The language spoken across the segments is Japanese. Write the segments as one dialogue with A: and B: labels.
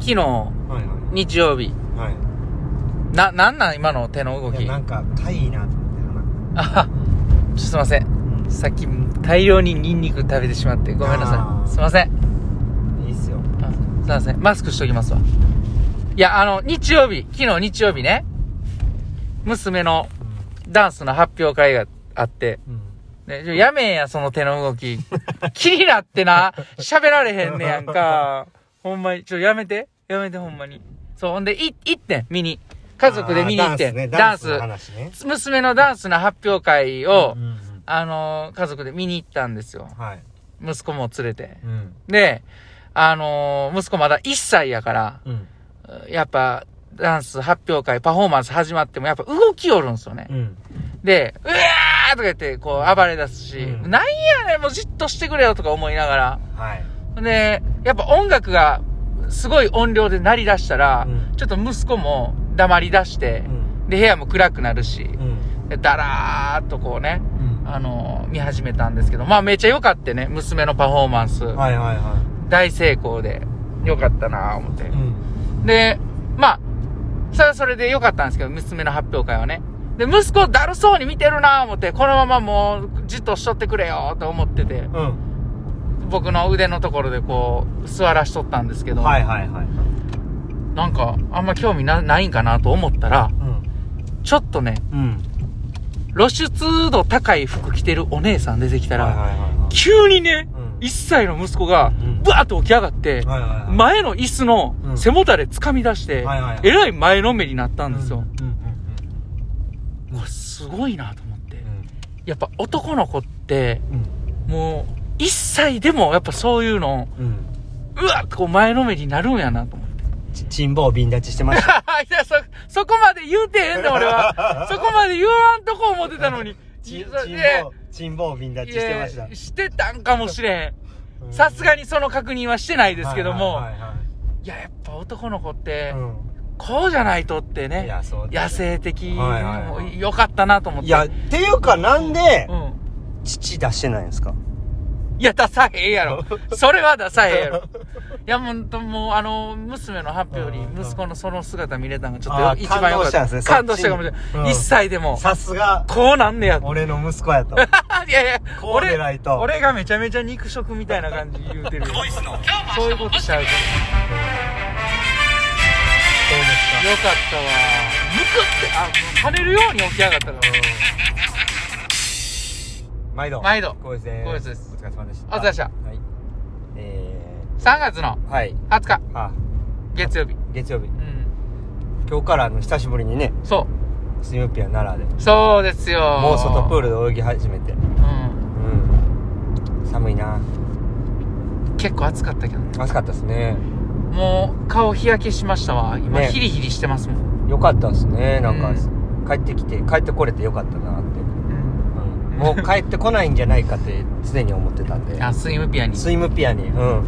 A: 昨日、
B: はいは
A: 日曜日。
B: いはい
A: な、なんなん今の手の動
B: い
A: き。
B: やなんかかいいなと思って鼻
A: あはすいません。さっき大量にニンニク食べてしまってごめんな
B: あ
A: さ
B: ー
A: い。すいません。
B: うんいいっすよ
A: あすいません。マスクしときますわ。いや、あの、日曜日、昨日日曜日ね、娘のダンスの発表会があって、
B: うんうん
A: ね、ちょやめんや、その手の動 き。気になってな、喋られへんねやんか。ほんまに、ちょ、やめて。やめて、ほんまに。そう、ほんで、い、行ってん、見に。家族で見に行って
B: あー
A: ん。
B: ダンスねダンスの話ね
A: 娘のダンスの発表会を、
B: うんうん
A: あのー家族で見に行ったんですよ。
B: はい
A: 息子も連れて。
B: うん
A: で、あのー息子まだ1歳やから、
B: うん
A: やっぱ、ダンス発表会、パフォーマンス始まっても、やっぱ動きよるんですよね。
B: うん
A: で、うわーとか言って、こう、暴れ出すし、
B: うん
A: なんやねん、もうじっとしてくれよとか思いなが
B: はい
A: ら。で、やっぱ音楽が、すごい音量で鳴り出したら、
B: うん
A: ちょっと息子も黙り出して
B: う、ん
A: で、部屋も暗くなるし、
B: うん
A: でだらーっとこうね、
B: うん
A: あのー見始めたんですけど、まあめっちゃ良かったね、娘のパフォーマンス。
B: はいはいは
A: 大成功で、良かったなー思って
B: い。うん
A: で、まあ、それはそれで良かったんですけど、娘の発表会はね。で、息子だるそうに見てるなぁ思って、このままもう、じっとしとってくれよと思ってて、
B: うん
A: 僕の腕のところでこう、座らしとったんですけど、
B: はいはいはい
A: なんか、あんま興味なないんかなと思ったら、
B: うん
A: ちょっとね、
B: うん
A: 露出度高い服着てるお姉さん出てきたら、
B: はいはいはいはい
A: 急にね、
B: うん
A: 1歳の息子が
B: ん、
A: ブワーッと起き上がって、
B: はいはいはい
A: 前の椅子の背もたれ掴み出して、
B: はいはいはい
A: えらい前のめりになったんですよ。
B: うんうん
A: これすごいなと思って。
B: うん
A: やっぱ男の子って、
B: うん
A: もう、一歳でもやっぱそういうの、
B: うんうん
A: うわっこう前のめりになるんやなと思って。
B: ち珍乏瓶立ちしてました
A: いや、そ、そこまで言うてへんねん俺 は。そこまで言わんとこ思ってたのに。
B: ち
A: そ
B: 珍
A: ね
B: 乏珍乏瓶立
A: い
B: ちしてました
A: やしてたんかもしれ
B: うん
A: ん。さすがにその確認はしてないですけども、
B: はいはいはい
A: や、やっぱ男の子って
B: い、はい
A: こうじゃないとって
B: うんい
A: ね、
B: やそうですね
A: 野生的、
B: はいはいはい
A: よかったなと思って。
B: いや、っていうかなんで
A: うん。
B: 父出してないんですか
A: いや、出さへんや ろ。それは出さへんやろ。いや、もう、もう、あの、娘の発表より
B: うんうん
A: 息子のその姿見れたのがちょっ
B: あ
A: と
B: ー
A: 一番良かった。
B: 感
A: 感
B: 動
A: 動
B: し
A: したた
B: ん
A: か
B: で
A: も
B: す
A: し
B: ね
A: れ
B: そっち
A: ない。一歳でも、
B: さすが
A: こうなんねやって。
B: 俺の息子やと
A: いやいや、
B: こうで
A: 俺
B: ないと、
A: 俺がめちゃめちゃ肉食みたいな感じ言うてるよ。 そういうことしちゃうから。よかったわ。むくって、あ、跳ねるように起き上がったから。
B: 毎度
A: 毎度
B: 光栄です
A: 光栄です
B: お疲れ様でした
A: お疲れ様でした
B: はいえ
A: 3月の
B: ーはい
A: 20日、
B: あ
A: 月曜日。
B: 月曜日
A: うん。
B: 今日からあの久しぶりにね
A: そ
B: スヌーピア奈良で
A: う。そうですよ。
B: もう外プー
A: ル。
B: ルで泳ぎ始めて
A: うん。
B: うん寒いな
A: 結構暑かったけどね。
B: 暑かったですね
A: もう顔日焼けしましたわ今、
B: ね
A: ヒリヒリしてますもん、
B: よかったですねなんか、
A: う
B: 帰ってきて帰ってこれてよかったなって、うんもう帰ってこないんじゃないかって常に思ってたんで
A: あスイムピアに
B: スイムピアにうん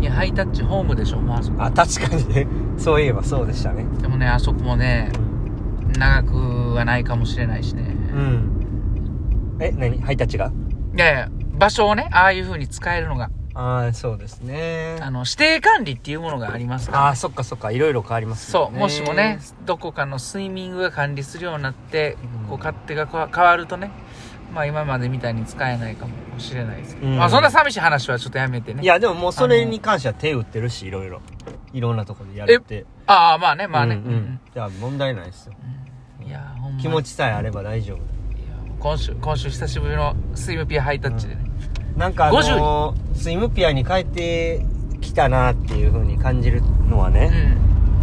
A: いやハイタッチホームでしょもうあそこ
B: あ確かにね そういえばそうでしたね
A: でもねあそこもね長くはないかもしれないしね、
B: うんえ何ハイタッチが
A: いやいや場所をねああいう風に使えるのが
B: ああそうですね
A: あの指定管理っていうものがありますから
B: ああそっかそっかいろいろ変わります
A: そう、
B: ね
A: もしもねどこかのスイミングが管理するようになって、こう勝手がこう変わるとねまあ今までみたいに使えないかもしれないですけど、
B: うん
A: まあそんな寂しい話はちょっとやめてね
B: いやでももうそれに関しては手打ってるしいろいろいろんなところでやるって
A: ああまあねまあね、
B: うんうんいや問題ないですよ
A: うんいやほんまに
B: 気持ちさえあれば大丈夫
A: いや今週今週久しぶりのスイムピアハイタッチでね、
B: なんかあのースイムピアに帰ってきたなっていう風に感じるのは
A: うん
B: ね、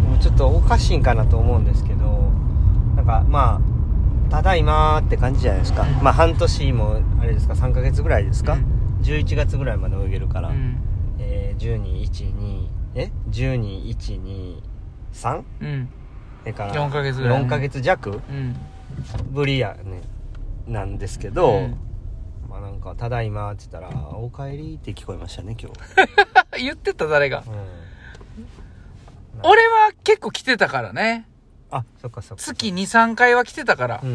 B: もうちょっとおかしいんかなと思うんですけどなんかまあただいまーって感じじゃないですか、まあ半年もあれですか3ヶ月ぐらいですか、
A: うん
B: 11月ぐらいまで泳げるから、
A: うん
B: えー、1212え12123
A: うん
B: だから
A: 4ヶ月ぐらいね
B: 4ヶ月弱
A: うん
B: ぶりやねなんですけど、
A: うん
B: まあなんか「ただいま」って言ったら「おかえり」って聞こえましたね今日。
A: 言ってた誰が
B: うん
A: 俺は結構来てたからね
B: あそっかそっか
A: 月23回は来てたから
B: うんうん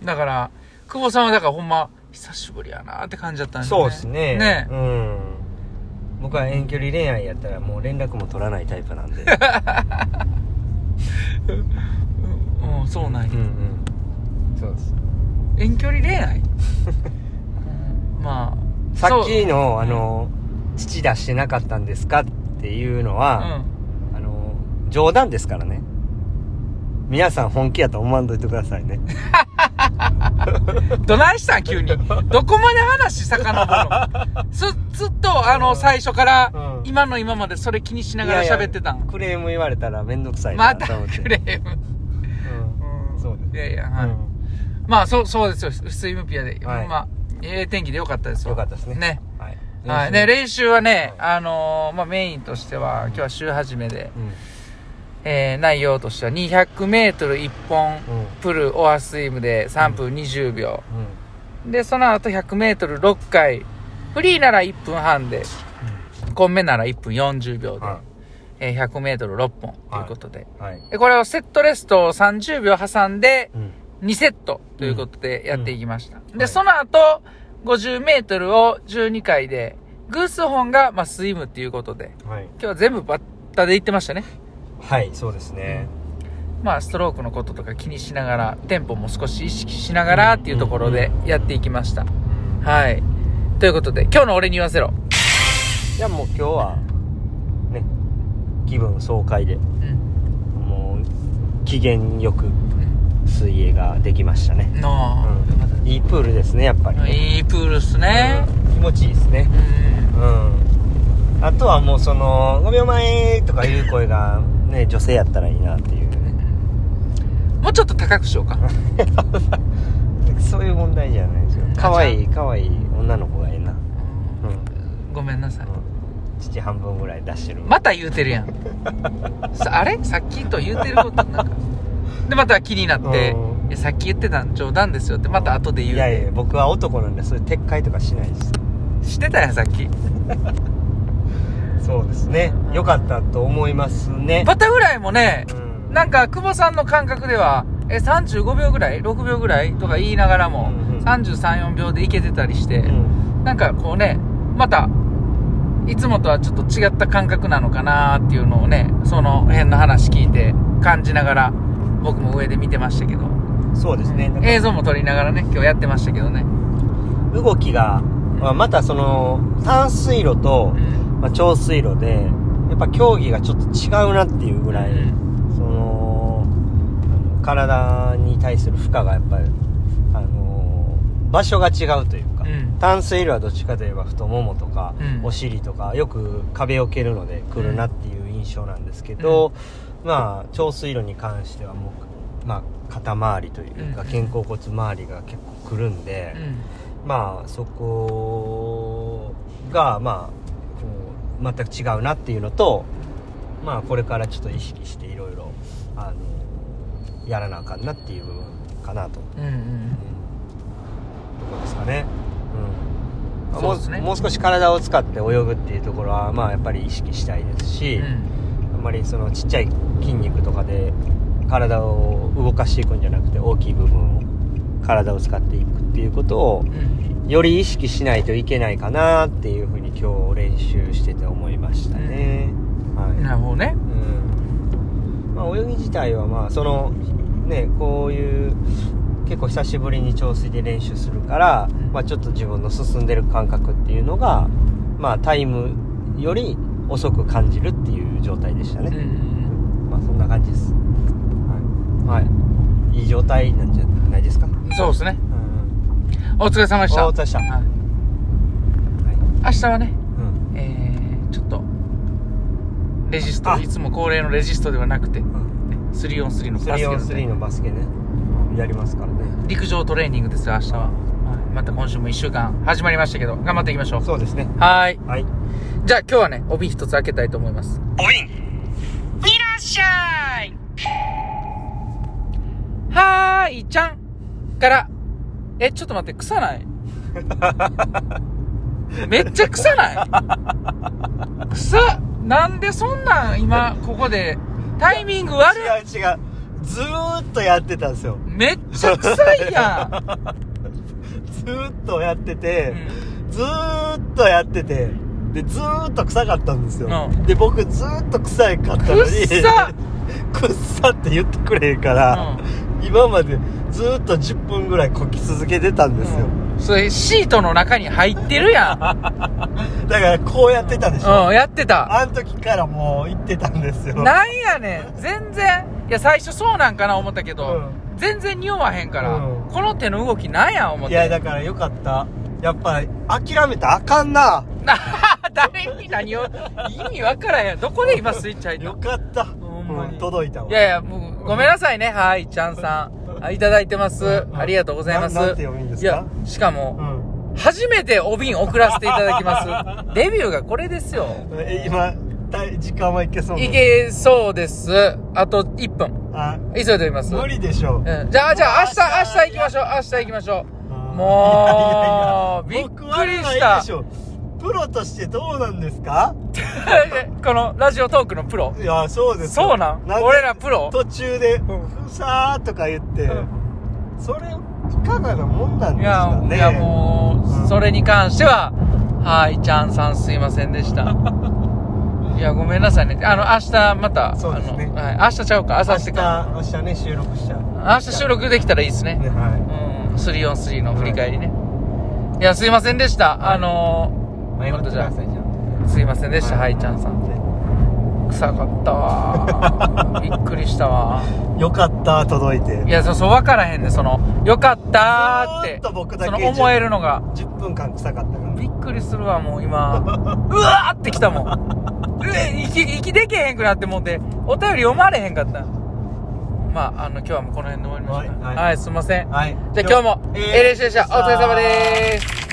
A: うん、だから久保さんはだからほんま久しぶりやなって感じだった
B: うんん
A: で
B: そうですね
A: ね
B: うん僕は遠距離恋愛やったらもう連絡も取らないタイプなん で
A: うん、うん、そうなんや
B: うんうんそうです
A: 遠距離恋 愛まあ
B: さっき
A: の
B: のあの父出してなかったんですかっていうの
A: う
B: は、
A: ん
B: あの冗談ですからね皆さん本気やと思わんといてくださいね
A: どないしたん急 にどこまで話さかのぼるのずずっとあの最初から、
B: うん
A: 今の今までそれ気にしながら
B: いやいや
A: 喋ってたん
B: クレーム言われたら面倒くさい
A: ま
B: な
A: た
B: と思って、
A: クレーム
B: うんそうです
A: いやいや、
B: う
A: はい
B: ん
A: まあそうそうですよ普通ムピアで、
B: はい
A: まあええ天気でよかったですわ
B: よかったですね
A: ね
B: はい
A: はい、ね、練習はね、あのーまあ、メインとしては、今日は週始めで、えー、内容としては200メートル1本、
B: うんうん
A: プルオアスイムで3分20秒。
B: うん
A: で、その後100メートル6回、フリーなら1分半で、コンメなら1分40秒で、
B: は
A: えー、100メートル6本ということで。
B: いはい
A: でこれをセットレストを30秒挟んで、
B: うん
A: 2セットということでやっていきました。
B: ん
A: で、
B: はい
A: その後、50メートルを12回で、偶数本が、まあ、スイムっていうことで、
B: はい
A: 今日は全部バッタで行ってましたね。
B: はいそうですね
A: まあ、ストロークのこととか気にしながら、テンポも少し意識しながらっていうところでやっていきました。はい。ということで、今日の俺に言わせろ。
B: じゃあもう今日はね気分爽快で
A: うん。
B: もう機嫌よく水泳ができましたね、
A: なあ、よかった
B: うん、いいプールですねやっぱり、ね
A: いいプールっすね。
B: うん気持ちいいですね
A: うん。
B: うんあとはもうその5秒前とかいう声がね女性やったらいいなっていうね
A: もうちょっと高くしようか。
B: そういう問題じゃないですよ可愛い可愛い女の子がいいなうん、
A: ごめんなさい。
B: 父半分ぐらい出してる
A: また言うてるやんさあれさっきと言うてることなんかでまた気になって「
B: う
A: いやさっき言ってたん冗談ですよ」ってまた後で言う
B: いやいや僕は男なんでそういう撤回とかしないです
A: してたやんさっき
B: そうですねよかったと思いますね
A: バタフライもね
B: うん
A: なんか久保さんの感覚ではえ35秒ぐらい6秒ぐらいとか言いながらも
B: うんうん
A: 334秒でいけてたりして
B: うん
A: なんかこうねまたいつもとはちょっと違った感覚なのかなっていうのをねその辺の話聞いて感じながら僕も上で見てましたけど
B: そうですね、なんか
A: 映像も撮りながらね今日やってましたけどね
B: 動きが、まあ、またその淡水路と、まあ、長水路でやっぱ競技がちょっと違うなっていうぐらい、
A: うん
B: そのあの体に対する負荷がやっぱりあの場所が違うというか、
A: うん
B: 淡水路はどっちかといえば太ももとか、
A: うん
B: お尻とかよく壁を蹴るので来るなっていう印象なんですけど、まあ長水路に関してはもう、まあ、肩周りというか
A: うん
B: 肩甲骨周りが結構来るんで。まあそこがまあこう全く違うなっていうのとまあこれからちょっと意識していろいろあのやらなあかんなっていう部分かなと、
A: うんうんうん
B: ところですかね。うん
A: そうですね
B: もうもう少し体を使って泳ぐっていうところはまあやっぱり意識したいですし、
A: うん
B: あんまりそのちっちゃい筋肉とかで体を動かしていくんじゃなくて大きい部分を体を使っていくっていうことを
A: うん
B: より意識しないといけないかなっていうふうに今日練習してて思いましたね、
A: な
B: は
A: るほどね
B: い、うんまあ、泳ぎ自体はまあそのねこういう結構久しぶりに調水で練習するから、まあ、ちょっと自分の進んでる感覚っていうのがまあタイムより遅く感じるっていう状態でした
A: うんう
B: ね、
A: ん
B: まあそんな感じですはい、はい、いい状態なんじゃないですか、うん
A: うんそうですねお疲れ様でした
B: お疲れ様でした
A: はい
B: はい
A: 明日はね
B: うん
A: えーちょっとレジスト
B: あ
A: いつも恒例のレジストではなくて
B: うん
A: 3on3 のバスケの
B: 3 on3
A: ね
B: のバスケねやりますからね
A: 陸上トレーニングですよ明日ははいまた今週も1週間始まりましたけど頑張っていきましょう
B: そうですね
A: はい
B: はい
A: じゃあ今日はね帯一つ開けたいと思います
B: おびん
A: いらっしゃいはーい、ちゃんから、え、ちょっと待って、臭 ないめっちゃ臭ない臭っなんでそんなん今、ここで、タイミング悪い
B: 違う違うずーっとやってたんですよ
A: めっちゃ臭いや
B: ずーっとやってて
A: ん。、
B: ずーっとやっててでずーっと臭かったんですよ、
A: う
B: で僕ずーっと臭いかった
A: く
B: のに
A: っ さ
B: くっさって言ってくれへんから、今までずーっと10分ぐらいこき続けてたんですよ、
A: うんそれシートの中に入ってるやん
B: だからこうやってたでしょ、
A: うんやってた
B: あの時からもう行ってたんですよ
A: なんやねん全然いや最初そうなんかな思ったけど、
B: う
A: 全然匂わへんから、
B: うん
A: この手の動きなんや思っ
B: い
A: て
B: やだからよかったやっぱ諦めたらあかんな
A: な 誰に何を意味わからへんどこで今スイッチ入った
B: よかった
A: ほんまに
B: う届いたわ
A: いやいやもうごめんなさいねはいちゃんさんあいただいてます
B: うん
A: ありがとうございます
B: ななんて読むんです
A: い
B: か
A: やしかも
B: うん
A: 初めてお瓶送らせていただき ますレビューがこれですよ
B: え今た時間はいけそうない
A: けそうですあと1分
B: あ
A: 急いでおります
B: 無理でしょう
A: うん、じゃあじゃあ明日明日行きましょう明日行きましょうもう
B: いやいやいや
A: びっくりし
B: 僕はない
A: た
B: でしょプロとしてどうなんですか
A: このラジオトークのプロ
B: いやそうですよ
A: そうなん
B: で
A: 俺らプロ
B: 途中で
A: う
B: ふさーとか言って、
A: うん
B: それいかがなもんなん
A: い
B: です
A: や
B: か、ね
A: いやも
B: う
A: うんそれに関してははいちゃんさんすいませんでした いやごめんなさいねあの明日また
B: そうですね
A: あの、はい、明日ちゃうか明
B: 明
A: 後日
B: 日
A: か
B: 明日ね収録しちゃう
A: 明日収録できたらいいですね
B: ねは
A: うん343の振り返りね、い、やすいませんでした、あの
B: い
A: ー、またじゃ
B: いじゃ
A: あすいませんでしたはいちゃんさん臭かったわ びっくりしたわ
B: よかった届いて
A: いやそうそう分からへんねその「よかった」っ
B: ずー
A: て
B: っと僕だけ
A: その思えるのが
B: 10分間臭かったから
A: びっくりするわもう 今うわーってきたもんえ息息でけへんくなってもうてお便り読まれへんかったまああの今日はもうこの辺で終わりましょうか
B: は
A: はいい、
B: はい
A: すいません
B: はい
A: じゃあ今日も LH でしたお疲れ様でーす